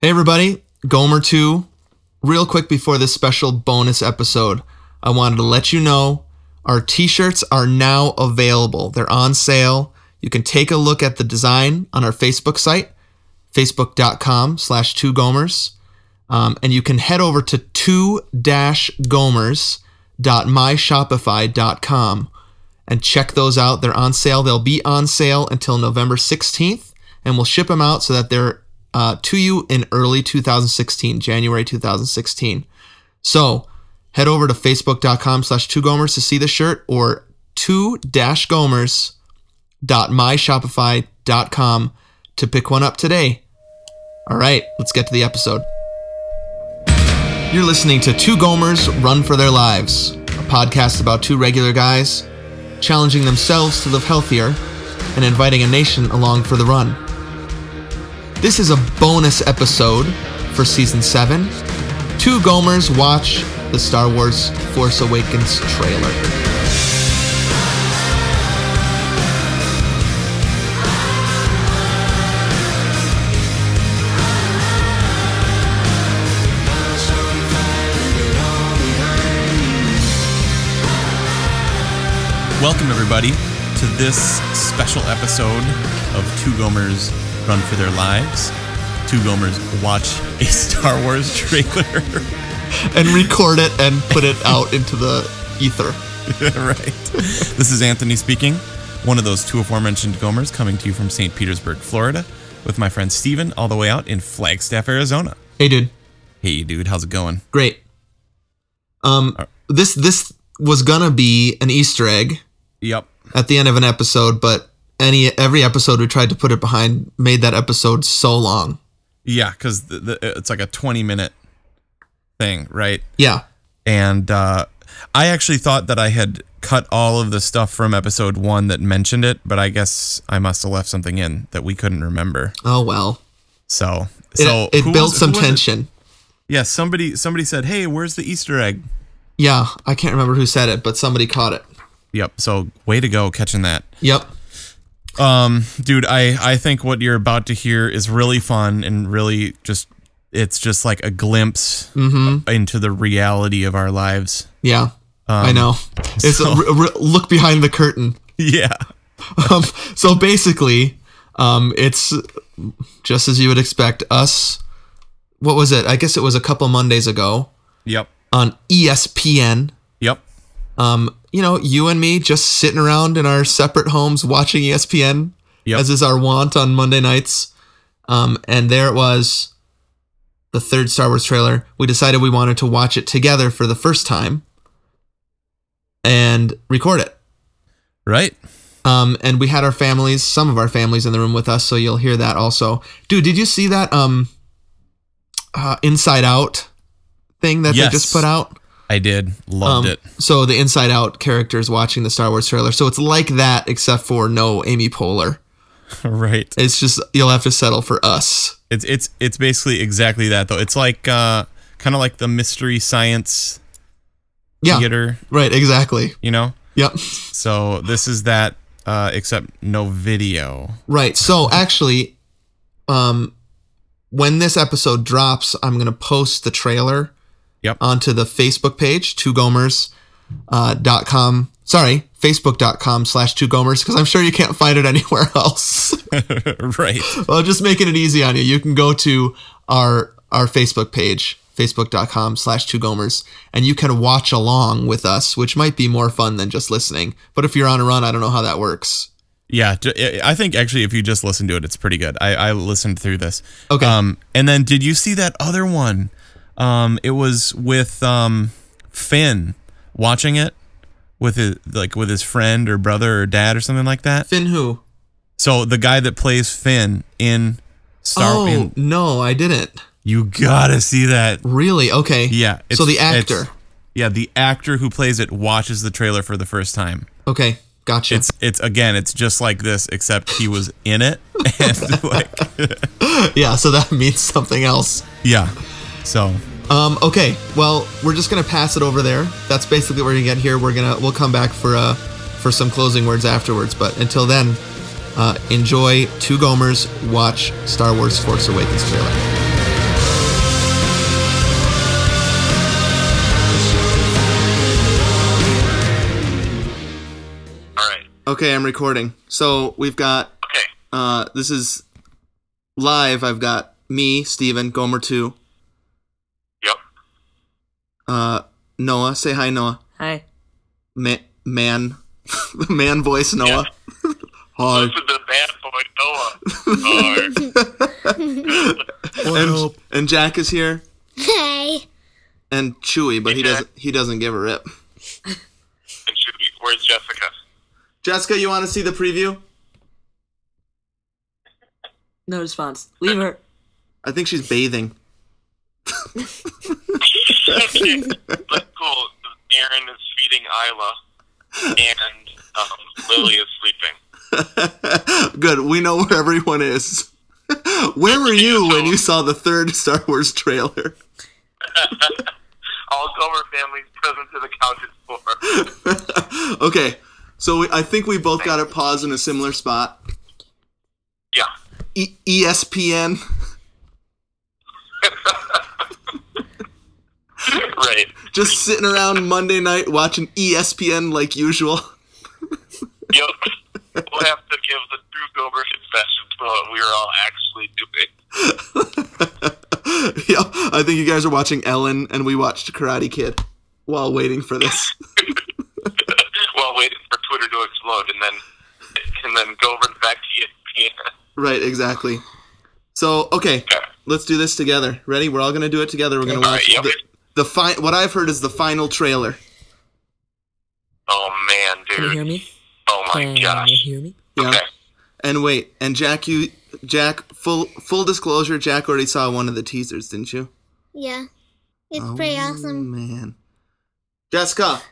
Hey, everybody, Gomer 2. Real quick before this special bonus episode, I wanted to let you know our t shirts are now available. They're on sale. You can take a look at the design on our Facebook site, facebook.com slash two gomers. Um, and you can head over to two gomers.myshopify.com and check those out. They're on sale. They'll be on sale until November 16th, and we'll ship them out so that they're uh, to you in early 2016, January 2016. So head over to facebook.com slash two gomers to see the shirt or two gomers.myshopify.com to pick one up today. All right, let's get to the episode. You're listening to Two Gomers Run for Their Lives, a podcast about two regular guys challenging themselves to live healthier, and inviting a nation along for the run. This is a bonus episode for season 7. Two Gomers watch the Star Wars Force Awakens trailer. Welcome, everybody, to this special episode of Two Gomers Run for Their Lives. Two Gomers watch a Star Wars trailer. And record it and put it out into the ether. right. This is Anthony speaking, one of those two aforementioned Gomers coming to you from St. Petersburg, Florida, with my friend Steven, all the way out in Flagstaff, Arizona. Hey, dude. Hey, dude, how's it going? Great. Um, this this was gonna be an Easter egg Yep. at the end of an episode, but any every episode we tried to put it behind made that episode so long. Yeah, because the, the, it's like a 20 minute thing, right? Yeah, and uh, I actually thought that I had cut all of the stuff from episode one that mentioned it, but I guess I must have left something in that we couldn't remember. Oh well, So, it, so it who built was- some who was it? tension. Yeah, somebody somebody said, "Hey, where's the Easter egg?" Yeah, I can't remember who said it, but somebody caught it. Yep. So, way to go catching that. Yep. Um, dude, I I think what you're about to hear is really fun and really just it's just like a glimpse Mm-hmm. into the reality of our lives. Yeah, I know. It's a Um, so- r- r- look behind the curtain. Yeah. Um, so basically, um, it's just as you would expect. Us, what was it? I guess it was a couple Mondays ago Yep. on E ESPN. Yep. Um, you know, you and me just sitting around in our separate homes watching E ESPN, Yep. as is our wont on Monday nights. Um, and there it was, the third Star Wars trailer. We decided we wanted to watch it together for the first time and record it. Right? Um, and we had our families, some of our families in the room with us, so you'll hear that also. Dude, did you see that um, uh, Inside Out thing that Yes. they just put out? I did. Loved Um, it. So the Inside Out characters watching the Star Wars trailer. So it's like that, except for no Amy Poehler. right. It's just you'll have to settle for us. It's it's it's basically exactly that though. It's like uh kind of like the mystery science Yeah, theater, right. Exactly. you know? Yep. So this is that uh except no video. Right. So actually, um, when this episode drops, I'm gonna post the trailer Yep. onto the Facebook page, two gomers uh, dot com. Sorry, Facebook.com slash two gomers, because I'm sure you can't find it anywhere else. right. Well, just making it easy on you. You can go to our our Facebook page, facebook.com slash two gomers, and you can watch along with us, which might be more fun than just listening. But if you're on a run, I don't know how that works. Yeah, ju- I I think actually if you just listen to it it's pretty good. I I listened through this. Okay. Um and then did you see that other one? Um it was with um Finn watching it with his like with his friend or brother or dad or something like that. Finn who? So the guy that plays Finn in Star oh in- no, I didn't. you gotta see that. Really? Okay. Yeah. So the it's- actor. Yeah, the actor who plays it watches the trailer for the first time. Okay. Gotcha. It's it's again, it's just like this, except he was in it. And like yeah, so that means something else. Yeah. So Um, okay, well, we're just gonna pass it over there. That's basically what we're gonna get here. We're gonna we'll come back for uh for some closing words afterwards. But until then, uh, enjoy Two Gomers watch Star Wars Force Awakens trailer. Okay, I'm recording. So we've got Okay. uh this is live. I've got me, Steven, Gomer two, Yep. uh Noah. Say hi, Noah. Hi. Ma- man, the man voice, Noah. hi. Listen to that boy Noah. Sorry. And, and Jack is here, Hey. and Chewy, but he Hey, Jack. doesn't he doesn't give a rip. And Judy, where's Jessica? Jessica, you want to see the preview? No response. Leave her. I think she's bathing. okay. That's cool. Aaron is feeding Isla, and um, Lily is sleeping. Good. We know where everyone is. Where were you when you saw the third Star Wars trailer? All Gomer family's present to the couch at four. Okay, so we, I think we both got it paused in a similar spot. Yeah. E- ESPN. Right. Just sitting around Monday night watching E ESPN like usual. Yep. We'll have to give the true Gomer confession to what we were all actually doing. yeah, I think you guys are watching Ellen, and we watched Karate Kid while waiting for this. while waiting for Twitter to explode, and then and then go over back to ESPN. right, exactly. So, okay, let's do this together. Ready? We're all gonna do it together. We're gonna All right, watch yep. the, the fi- What I've heard is the final trailer. Oh man, Can you hear dude! me? Oh my Can you gosh! hear me? Yeah. Okay. And wait, and Jack, you, Jack, full full disclosure, Jack already saw one of the teasers, didn't you? Oh, Yeah. It's Oh, pretty awesome. Man, Jessica,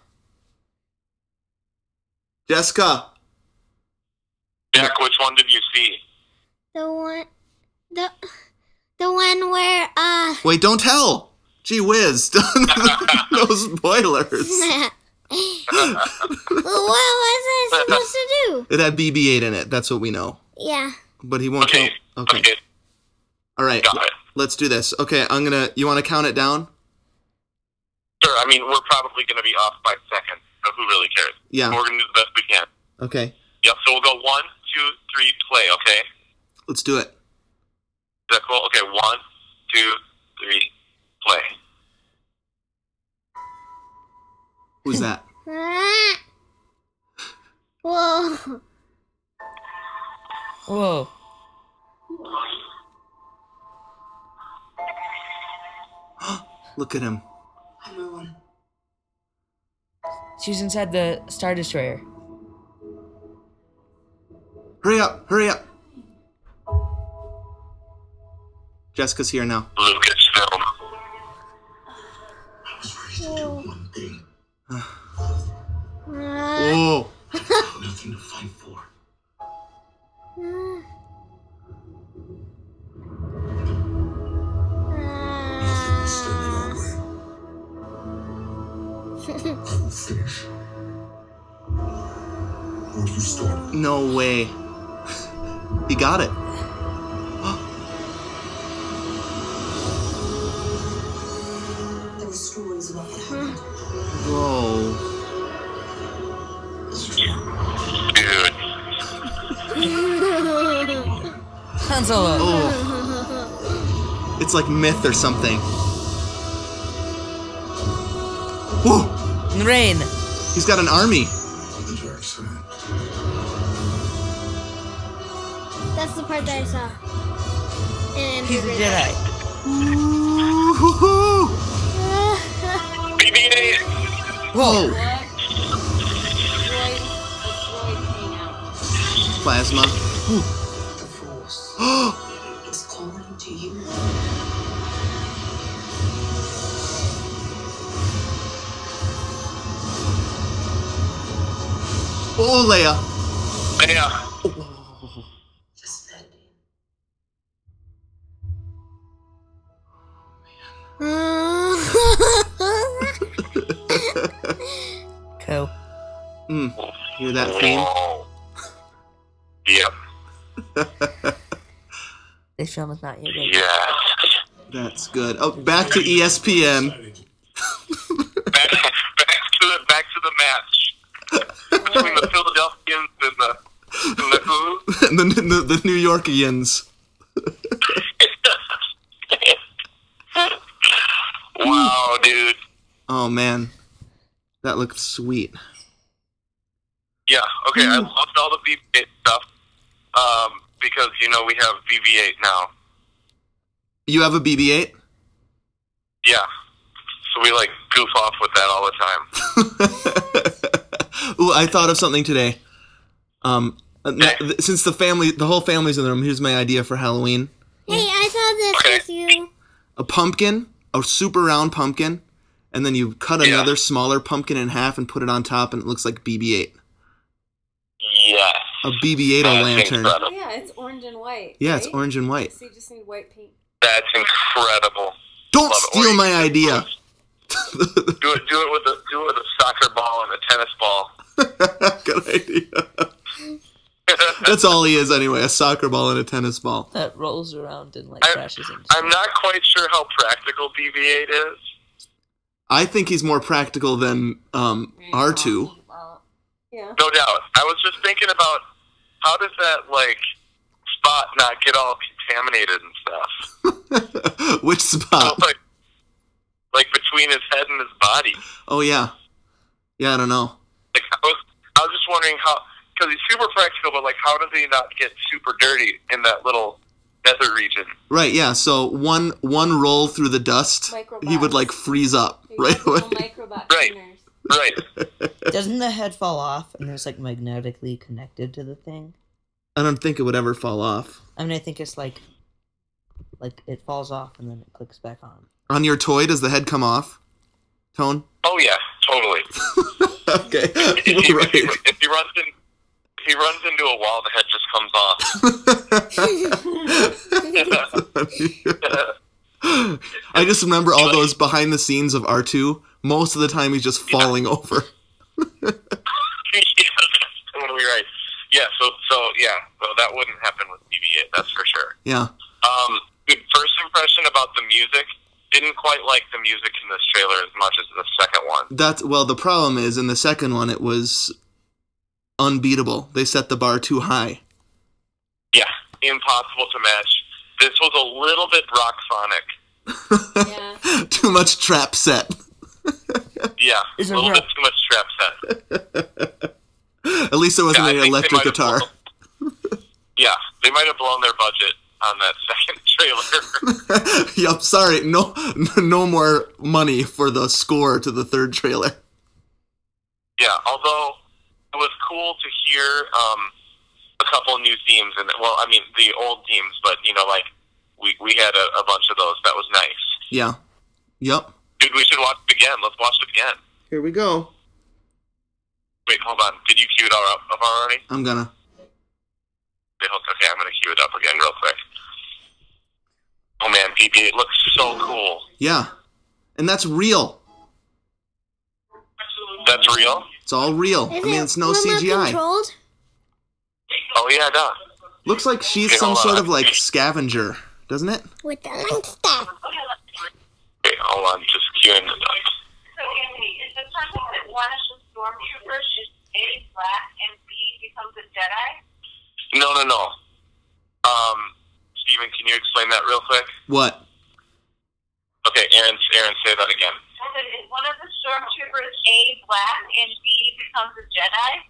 Jessica, Jack, which one did you see? The one the the one where uh wait, don't tell. Gee whiz, no spoilers. what was I supposed to do? It had BB-8 in it. That's what we know. Yeah. But he won't Okay. tell. Okay. Okay. All right. Got it. Let's do this. Okay, I'm gonna. You want to count it down? Sure. I mean, we're probably going to be off by seconds, so who really cares? Yeah. We're going to do the best we can. Okay. Yep. So we'll go one, two, three, play. Okay. Is Let's do it. that cool? Okay. One, two, three, play. Who's that? Ah. Whoa. Whoa. Look at him. She's inside the Star Destroyer. Hurry up! Hurry up! Jessica's here now. Lucasfilm. Ah. Oh, Ah. will finish. Or you started. no way. He got it. There were stories about what happened. Whoa. Dude. Han Solo. Oh. It's like myth or something. Whoa! Rain. He's got an army. The dark side. That's the part that I saw. And He's a Jedi. Ooh-hoo-hoo. BB-8. Whoa! Plasma. The Force Oh, is calling to you. oh, Leia. Yeah. Just let it. Co. Mm, hear that theme? Whoa. Yep. This film is not your game. Yes. That's good. Oh, back to ESPN. Back, back to the back to the match between the Philadelphians and the, the, the New Yorkians. wow, dude. Oh man, that looked sweet. Yeah, okay, I loved all the BB-8 stuff um, because, you know, we have BB-8 now. You have a BB-8? Yeah. So we, like, goof off with that all the time. Ooh, I thought of something today. Um, uh, n- Okay. th- since the family, the whole family's in the room, here's my idea for Halloween: Hey, I saw Okay. this with you. a pumpkin, a super round pumpkin, and then you cut Yeah. another smaller pumpkin in half and put it on top, and it looks like BB-8, Yes. a BB-8 That's lantern. incredible. Yeah, it's orange and white. Yeah, it's right? orange and white. So you just need white paint. That's incredible. Don't Love it. Or steal you my can do idea. it- Do it, do it with a do it with a soccer ball and a tennis ball. Good idea. That's all he is anyway, a soccer ball and a tennis ball. That rolls around and like I- crashes into. I'm not quite sure how practical BB-8 is. I think he's more practical than um, R2. Yeah. No doubt. I was just thinking about how does that like spot not get all contaminated and stuff? Which So, spot? like, like between his head and his body. Oh, yeah. Yeah, I don't know. Like I was, I was just wondering how because he's super practical, but like how does he not get super dirty in that little nether region? Right, yeah. So one one roll through the dust, he would Microbots. like freeze up They right use away. little microbot Right. cleaners. Right. Doesn't the head fall off and it's like magnetically connected to the thing? I don't think it would ever fall off. I mean, I think it's like, like it falls off and then it clicks back on. On your toy, does the head come off? Tone? Oh yeah, totally. Okay. If he, if he- right. if he runs in, if he runs into a wall, the head just comes off. I just remember all those behind the scenes of R2. Most of the time, he's just falling over. yeah, that's totally right. Yeah. So so yeah. So that wouldn't happen with BB-8. That's for sure. Yeah. Um, dude, first impression about the music. Didn't quite like the music in this trailer as much as the second one. That's well. The problem is in the second one, it was unbeatable. They set the bar too high. Yeah, impossible to match. This was a little bit rock sonic. Yeah. too much trap set. Yeah, Is it a little rock? bit too much trap set. At least there wasn't Yeah, I an think they electric might have guitar. Yeah, they might have blown their budget on that second trailer. yup. Sorry. No. No more money for the score to the third trailer. yeah, although it was cool to hear um, a couple new themes, and well, I mean the old themes, but you know, like we we had a, a bunch of those. That was nice, Yeah. Yup. dude. We should watch it again. Let's watch it again. Here we go. Wait, hold on. Did you cue it all up up already? I'm gonna. Wait, hold- Okay, I'm gonna cue it up again real quick. Oh man, BB, it looks so cool. Yeah. And that's real. That's real. It's all real. Is I mean, it it's no remote CGI. controlled? Oh yeah, duh. Looks like she's Okay, some hold on. sort of like scavenger, doesn't it? With the long staff. Wait, hold on. Just queuing it up. So, Anthony, is the person that wants the stormtrooper just A, black, and B, becomes a Jedi? No, no, no. Um, Steven, can you explain that real quick? What? Okay, Aaron, Aaron, say that again. I said, is one of the stormtroopers A, black, and B, becomes a Jedi?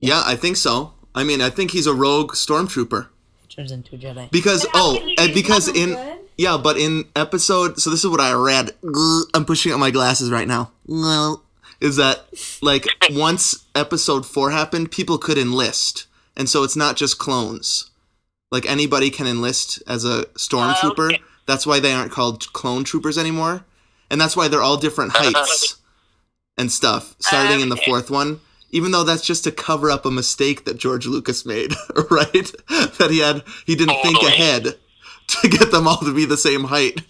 Yeah, I think so. I mean, I think he's a rogue stormtrooper It turns into a Jedi. because oh, and because in Isn't that good? yeah, but in episode so this is what I read. Grr, I'm pushing out my glasses right now. Grr. Is that like once episode four happened, people could enlist, and so it's not just clones. Like anybody can enlist as a stormtrooper. That's why they aren't called clone troopers anymore, and that's why they're all different heights and stuff. Starting in the fourth one, even though that's just to cover up a mistake that George Lucas made, right? That he had he didn't think Totally. ahead to get them all to be the same height.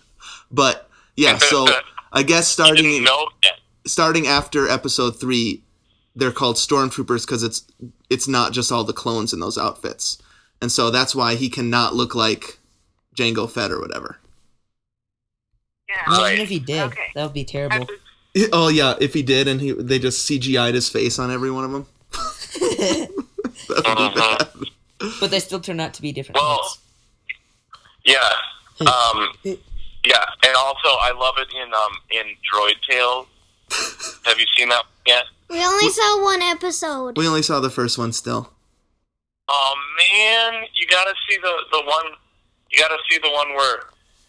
But yeah, so I guess I didn't starting know that. starting after episode 3 they're called stormtroopers because it's it's not just all the clones in those outfits. And so that's why he cannot look like Django Fett or whatever. Yeah. Imagine Right. if he did. Okay. That would be terrible. Oh yeah, if he did and he they just CGI'd his face on every one of them. Uh-huh. But they still turn out to be different. Well, heads. Yeah. Um, yeah, and also I love it in um in Droid Tales. Have you seen that yet? We only saw one episode. We only saw the first one still. Oh man, you gotta see the the one. You gotta see the one where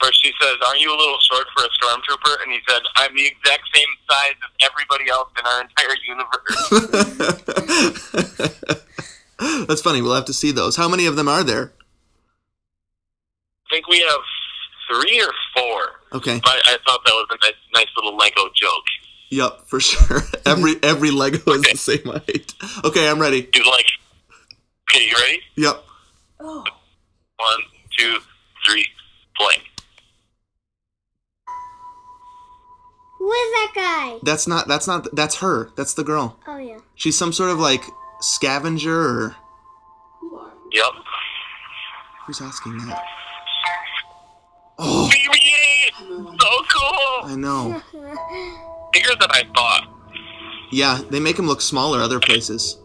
where she says, "Aren't you a little short for a stormtrooper?" And he said, "I'm the exact same size as everybody else in our entire universe." That's funny. We'll have to see those. How many of them are there? I think we have three or four. Okay. But I thought that was a nice, nice little Lego joke. Yep, for sure. Every every Lego is the same height. Okay, I'm ready. He's like, "Okay, you ready? Yep. Oh, One, two, three, play." Who is that guy? That's not that's not that's her. That's the girl. Oh yeah. She's some sort of like scavenger or Yep. who's asking that? Oh, BB-8, so cool. I know. Bigger than I thought. Yeah, they make him look smaller other places.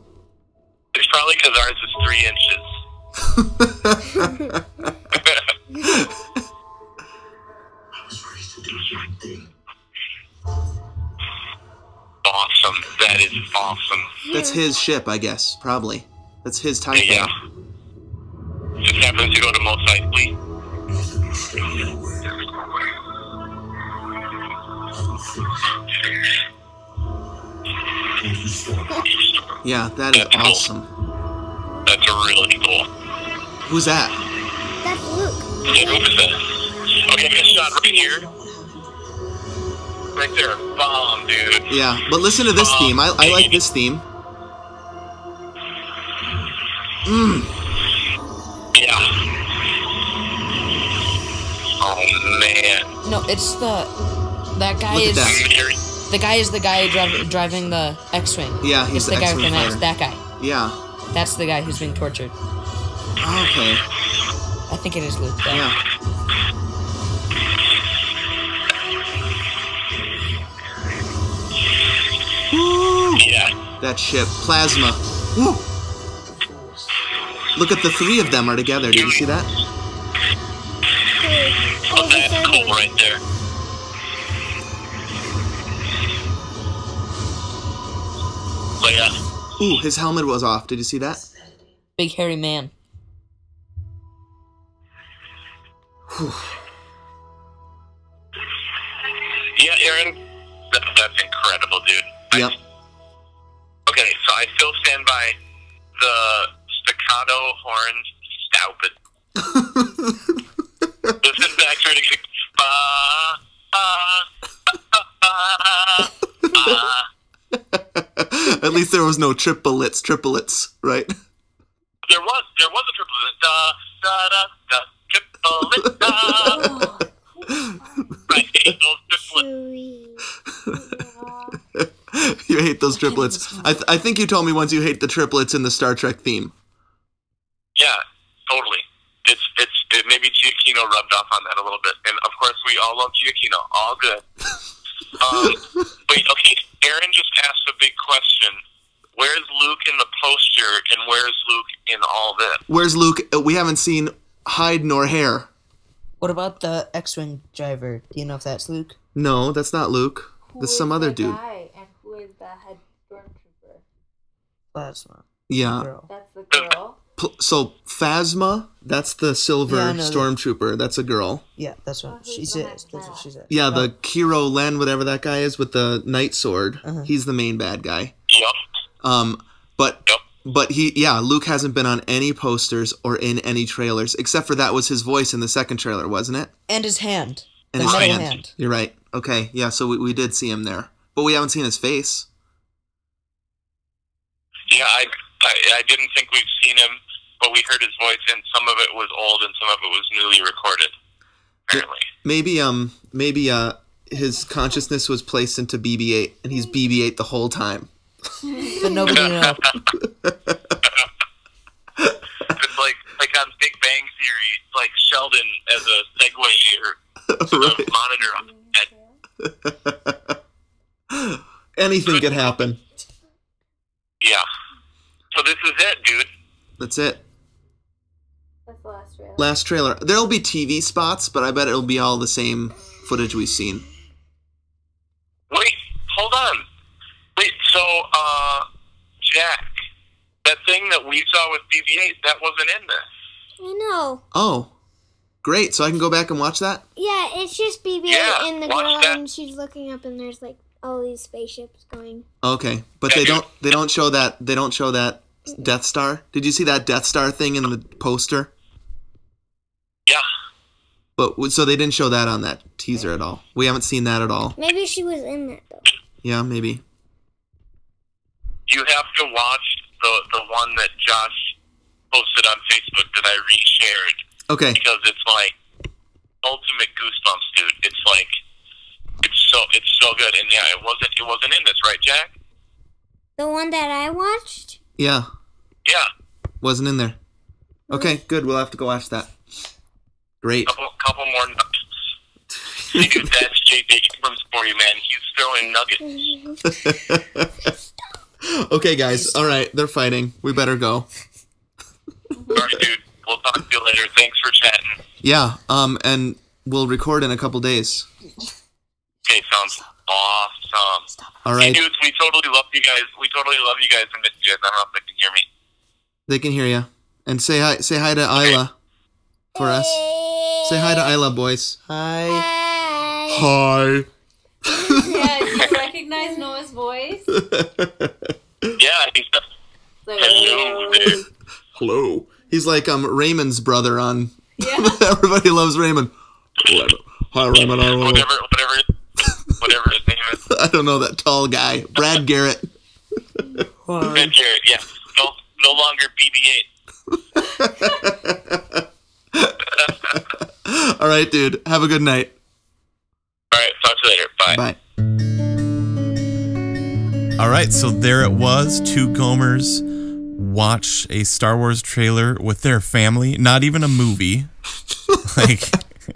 It's probably because ours is three inches. I was raised to do the right thing. Awesome. That is awesome. That's his ship, I guess, probably. That's his type. Yeah. Just happens to go to most likely. Nothing will stand in the way. I will finish. What you started, Yeah, that is That's cool. awesome. That's really cool. Who's that? That's Luke. Yeah, who was that? Okay, good shot right here. Right there. Bomb, dude. Yeah, but listen to this Um, theme. I, I like this theme. Yeah. Oh, man. no, it's the that guy Look at is that. Mary- the guy is the guy driv driving the X-wing. Yeah, he's it's the the, guy with the X-wing knives. fighter. That guy. Yeah. Oh, That's the guy who's being tortured. Okay. I think it is Luke. Though. Yeah. Yeah. That ship, plasma. Woo. Look at the three of them are together. Did you see that? Hey, Oh, the that's third cool one. right there. But yeah. Ooh, his helmet was off. Did you see that? Big hairy man. Yeah, Aaron, that, that's incredible, dude. Yep. Okay, so I still stand by the staccato horn staupid. Listen back to it. and go, Ba, ba, ba, ba, ba. At least there was no triplets, triplets, right? There was there was a triple da da da da triple da. oh, I hate those triplets. Chewie. you hate those triplets. I, th- I think you told me once you hate the triplets in the Star Trek theme. Yeah, totally. It's it's it, maybe Giacchino rubbed off on that a little bit, and of course we all love Giacchino. All good. Um, wait, okay. Aaron just asked a big question. Where's Luke in the poster, and where's Luke in all this? Where's Luke? Uh, We haven't seen hide nor hair. What about the X-wing driver? Do you know if that's Luke? No, that's not Luke. who That's is some other that dude. Guy? And who is the head stormtrooper? Plasma Yeah. girl. That's the girl. P- so Phasma, that's the silver Yeah, I know that. stormtrooper. That's a girl. Yeah, that's Oh, what who's she behind says. That's what that? she says. Yeah, the Kiro Len, whatever that guy is with the knight sword. Uh-huh. He's the main bad guy. Yup. Um, but Yep. but he yeah, Luke hasn't been on any posters or in any trailers except for that was his voice in the second trailer, wasn't it? and his hand. And the his metal hand. You're right. Okay, yeah. So we, we did see him there, but we haven't seen his face. Yeah, I, I I didn't think we've seen him, but we heard his voice, and some of it was old, and some of it was newly recorded. Apparently. Maybe um maybe uh his consciousness was placed into BB-8 and he's BB-8 the whole time. But nobody knows. It's like like on Big Bang Theory, it's like Sheldon as a segue or right. a monitor on his head. Anything could happen. Yeah. So this is it, dude. That's it. Last trailer. There'll be TV spots, but I bet it'll be all the same footage we've seen. Wait, hold on. Wait, so, uh, Jack, that thing that we saw with BB-8, that wasn't in this. I know. Oh, great! So I can go back and watch that. Yeah, it's just BB Yeah, and the watch girl, that. and she's looking up, and there's like all these spaceships going. Okay, but they don't they don't show that they don't show that Death Star. Did you see that Death Star thing in the poster? Yeah. But so they didn't show that on that teaser at all. We haven't seen that at all. Maybe she was in that though. Yeah, maybe. You have to watch the, the one that Josh posted on Facebook that I reshared Okay, because it's like ultimate goosebumps, dude. It's like it's so it's so good. And yeah, it wasn't it wasn't in this, right, Jack? The one that I watched. yeah, Yeah. wasn't in there. Okay, good. We'll have to go watch that. Great. couple couple more nuggets. Dude, that's JJ Abrams for you, man. He's throwing nuggets. Oh, okay, guys. All right, they're fighting. We better go. All right, dude. We'll talk to you later. Thanks for chatting. Yeah. Um, and we'll record in a couple days. Okay, sounds awesome. All Hey, right. dudes, we totally love you guys. We totally love you guys and miss you guys. I don't know if they can hear me. They can hear you. And say hi. Say hi to Isla for us. Say hi to Isla, boys. Hi. Hi. Hi. Yeah, do you recognize Noah's voice? It's Yeah, he's like, hello there. Hello. He's like um Raymond's brother on Yeah. Everybody Loves Raymond. Whatever. Hi Raymond. I don't, know. Whatever, whatever, whatever his name is. I don't know that tall guy. Brad Garrett. Ben Jarrett, yeah. No, no longer BB-8. All right, dude. Have a good night. All right, talk to you later. Bye. Bye. All right, so there it was. Two Gomers watch a Star Wars trailer with their family. Not even a movie, like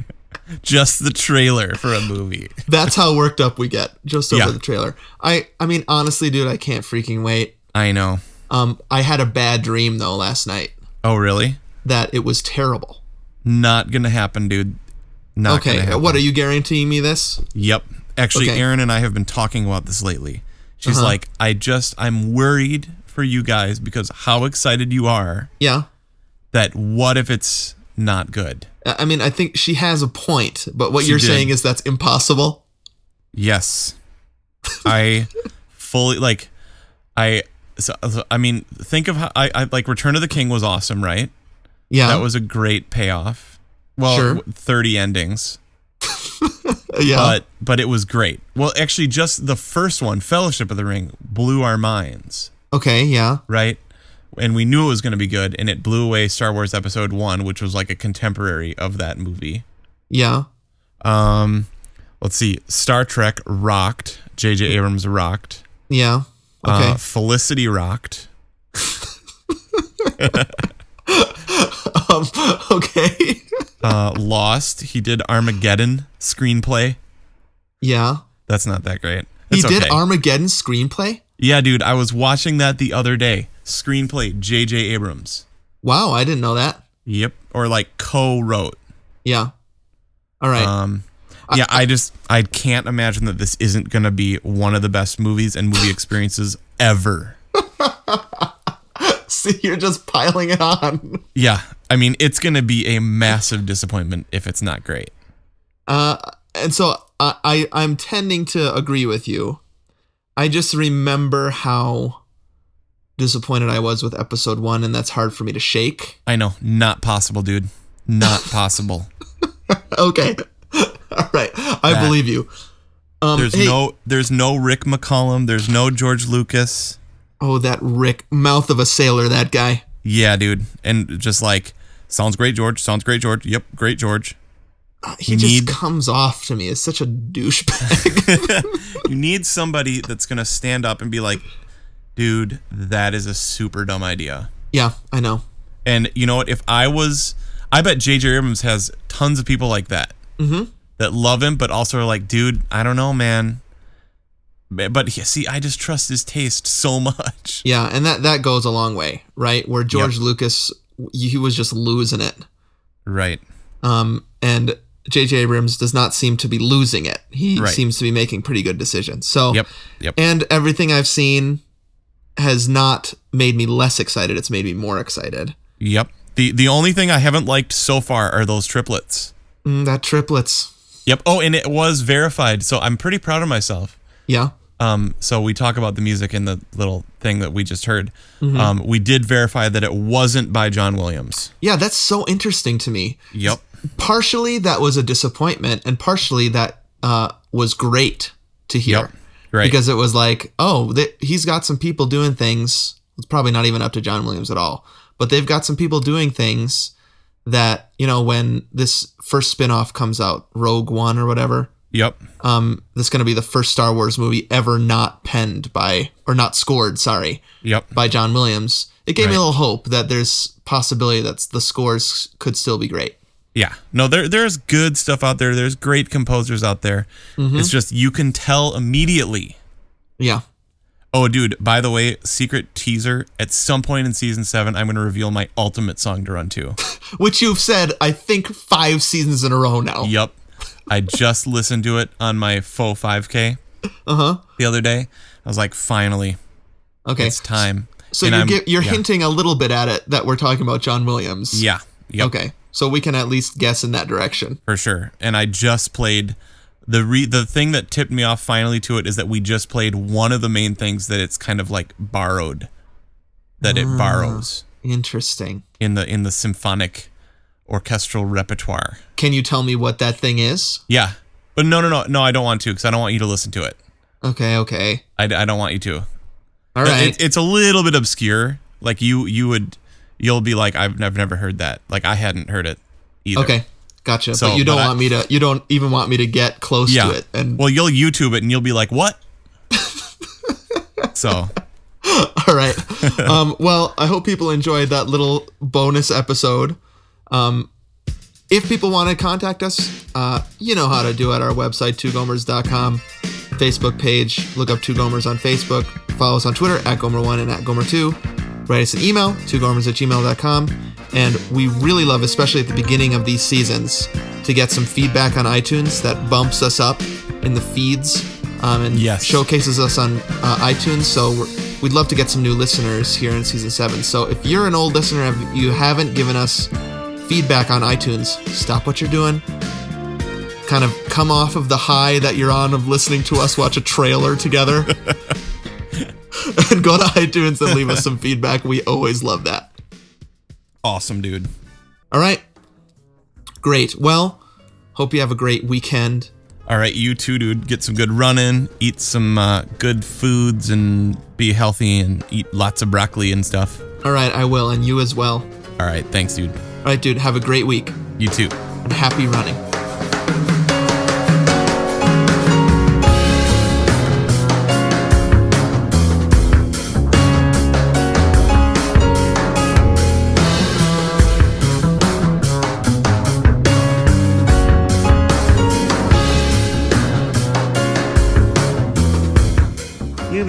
just the trailer for a movie. That's how worked up we get just over Yeah. the trailer. I I mean honestly, dude, I can't freaking wait. I know. Um, I had a bad dream though last night Oh, really? that it was terrible. Not gonna happen, dude. Not Okay, gonna uh, happen. what are you guaranteeing me this? Yep. Actually, Okay. Erin and I have been talking about this lately. She's Uh-huh. like, I just, I'm worried for you guys because how excited you are Yeah. that what if it's not good? I I mean, I think she has a point, but what She you're did. saying is that's impossible. Yes. I fully, like, I, so, so- I mean, think of how, I, I, like, Return of the King was awesome, right? Yeah. That was a great payoff. Well, Uh-huh. Sure. Uh-huh. 30 endings. yeah. but but it was great. Well, actually, just the first one, Fellowship of the Ring, blew our minds, okay, yeah. right? And we knew it was going to be good, and it blew away Star Wars Episode One, which was like a contemporary of that movie. Yeah. Um, let's see, Star Trek rocked, J.J. Abrams rocked, Yeah. Okay. uh, Felicity rocked. um, okay. Uh, Lost, he did Armageddon screenplay. yeah. That's not that great. He It's did okay. Armageddon screenplay? yeah, dude, I was watching that the other day. Screenplay, J.J. Abrams. Wow, I didn't know that. Yep. Or like co-wrote. Yeah. All right. Um yeah, I just I can't imagine that this isn't gonna be one of the best movies and movie experiences ever. See, you're just piling it on. Yeah, I mean it's gonna be a massive disappointment if it's not great. Uh, and so I, I I'm tending to agree with you. I just remember how disappointed I was with episode one, and that's hard for me to shake. I know, not possible, dude. Not possible. Okay, all right, I That- believe you. Um, There's hey- no there's no Rick McCollum, there's no George Lucas. oh that Rick mouth of a sailor that guy. Yeah, dude. And just like sounds great, George, sounds great, George. Yep, great George. Uh, He just Need- comes off to me as such a douchebag. You need somebody that's gonna stand up and be like, dude, that is a super dumb idea. yeah, I know. And you know what? If I was, I bet J.J. Abrams has tons of people like that that love him, but also are like, dude, I don't know, man. But but he- see, I just trust his taste so much. Yeah, and that that goes a long way, right? Where George Lucas he was just losing it. Right. Um, and J.J. Abrams does not seem to be losing it. He Right. seems to be making pretty good decisions. So, Yep. Yep. and everything I've seen has not made me less excited. It's made me more excited. Yep. The the only thing I haven't liked so far are those triplets. Mm, that triplets. Yep. Oh, and it was verified, so I'm pretty proud of myself. Yeah. Um, so we talk about the music and the little thing that we just heard. Um, we did verify that it wasn't by John Williams. Yeah, that's so interesting to me. Yep. Partially that was a disappointment, and partially that uh, was great to hear. Yep. Right. Because it was like, oh, th- he's got some people doing things. It's probably not even up to John Williams at all, but they've got some people doing things that, you know, when this first spinoff comes out, Rogue One or whatever, yep. um, that's going to be the first Star Wars movie ever not penned by, or not scored, sorry, Yep. by John Williams. It gave me Right. a little hope that there's possibility that the scores could still be great. Yeah. No, there there's good stuff out there. There's great composers out there. Mm-hmm. It's just you can tell immediately. Yeah. Oh, dude, by the way, secret teaser. At some point in season seven, I'm gonna reveal my ultimate song to run to. Which you've said, I think, five seasons in a row now. Yep. I just listened to it on my faux 5K Uh huh. the other day. I was like, finally, Okay. it's time. So And you're, I'm- gi- you're yeah. hinting a little bit at it that we're talking about John Williams. Yeah. Yep. Okay. So we can at least guess in that direction. For sure. And I just played the re- the thing that tipped me off finally to it is that we just played one of the main things that it's kind of like borrowed. That it borrows Interesting. in the in the symphonic orchestral repertoire. Can you tell me what that thing is? Yeah. But no, no, no, no, I don't want to because I don't want you to listen to it. Okay. Okay. I, I don't want you to. All right. It, it's a little bit obscure. Like you you would you'll be like I've never never heard that. Like I hadn't heard it either. okay. Gotcha. So, but you don't but I- want me to. You don't even want me to get close Yeah. to it. And Well, you'll YouTube it and you'll be like, "What?" so, all right. um, well, I hope people enjoyed that little bonus episode. Um, if people want to contact us, uh, you know how to do it. Our website, twogomers.com, Facebook page. Look up Two Gomers on Facebook. Follow us on Twitter at Gomer1 and at Gomer2. Write us an email, twogomers at gmail.com. And we really love, especially at the beginning of these seasons, to get some feedback on iTunes that bumps us up in the feeds um, and Yes. showcases us on uh, iTunes. So we're, we'd love to get some new listeners here in season seven. So if you're an old listener, if you haven't given us feedback on iTunes, stop what you're doing. Kind of come off of the high that you're on of listening to us watch a trailer together. and go to iTunes and leave us some feedback. We always love that. awesome, dude. All right. Great. Well, hope you have a great weekend. All right, you too, dude. Get some good running, eat some uh, good foods, and be healthy and eat lots of broccoli and stuff. All right, I will, and you as well. All right, thanks, dude. All right, dude, have a great week You too. and happy running. You've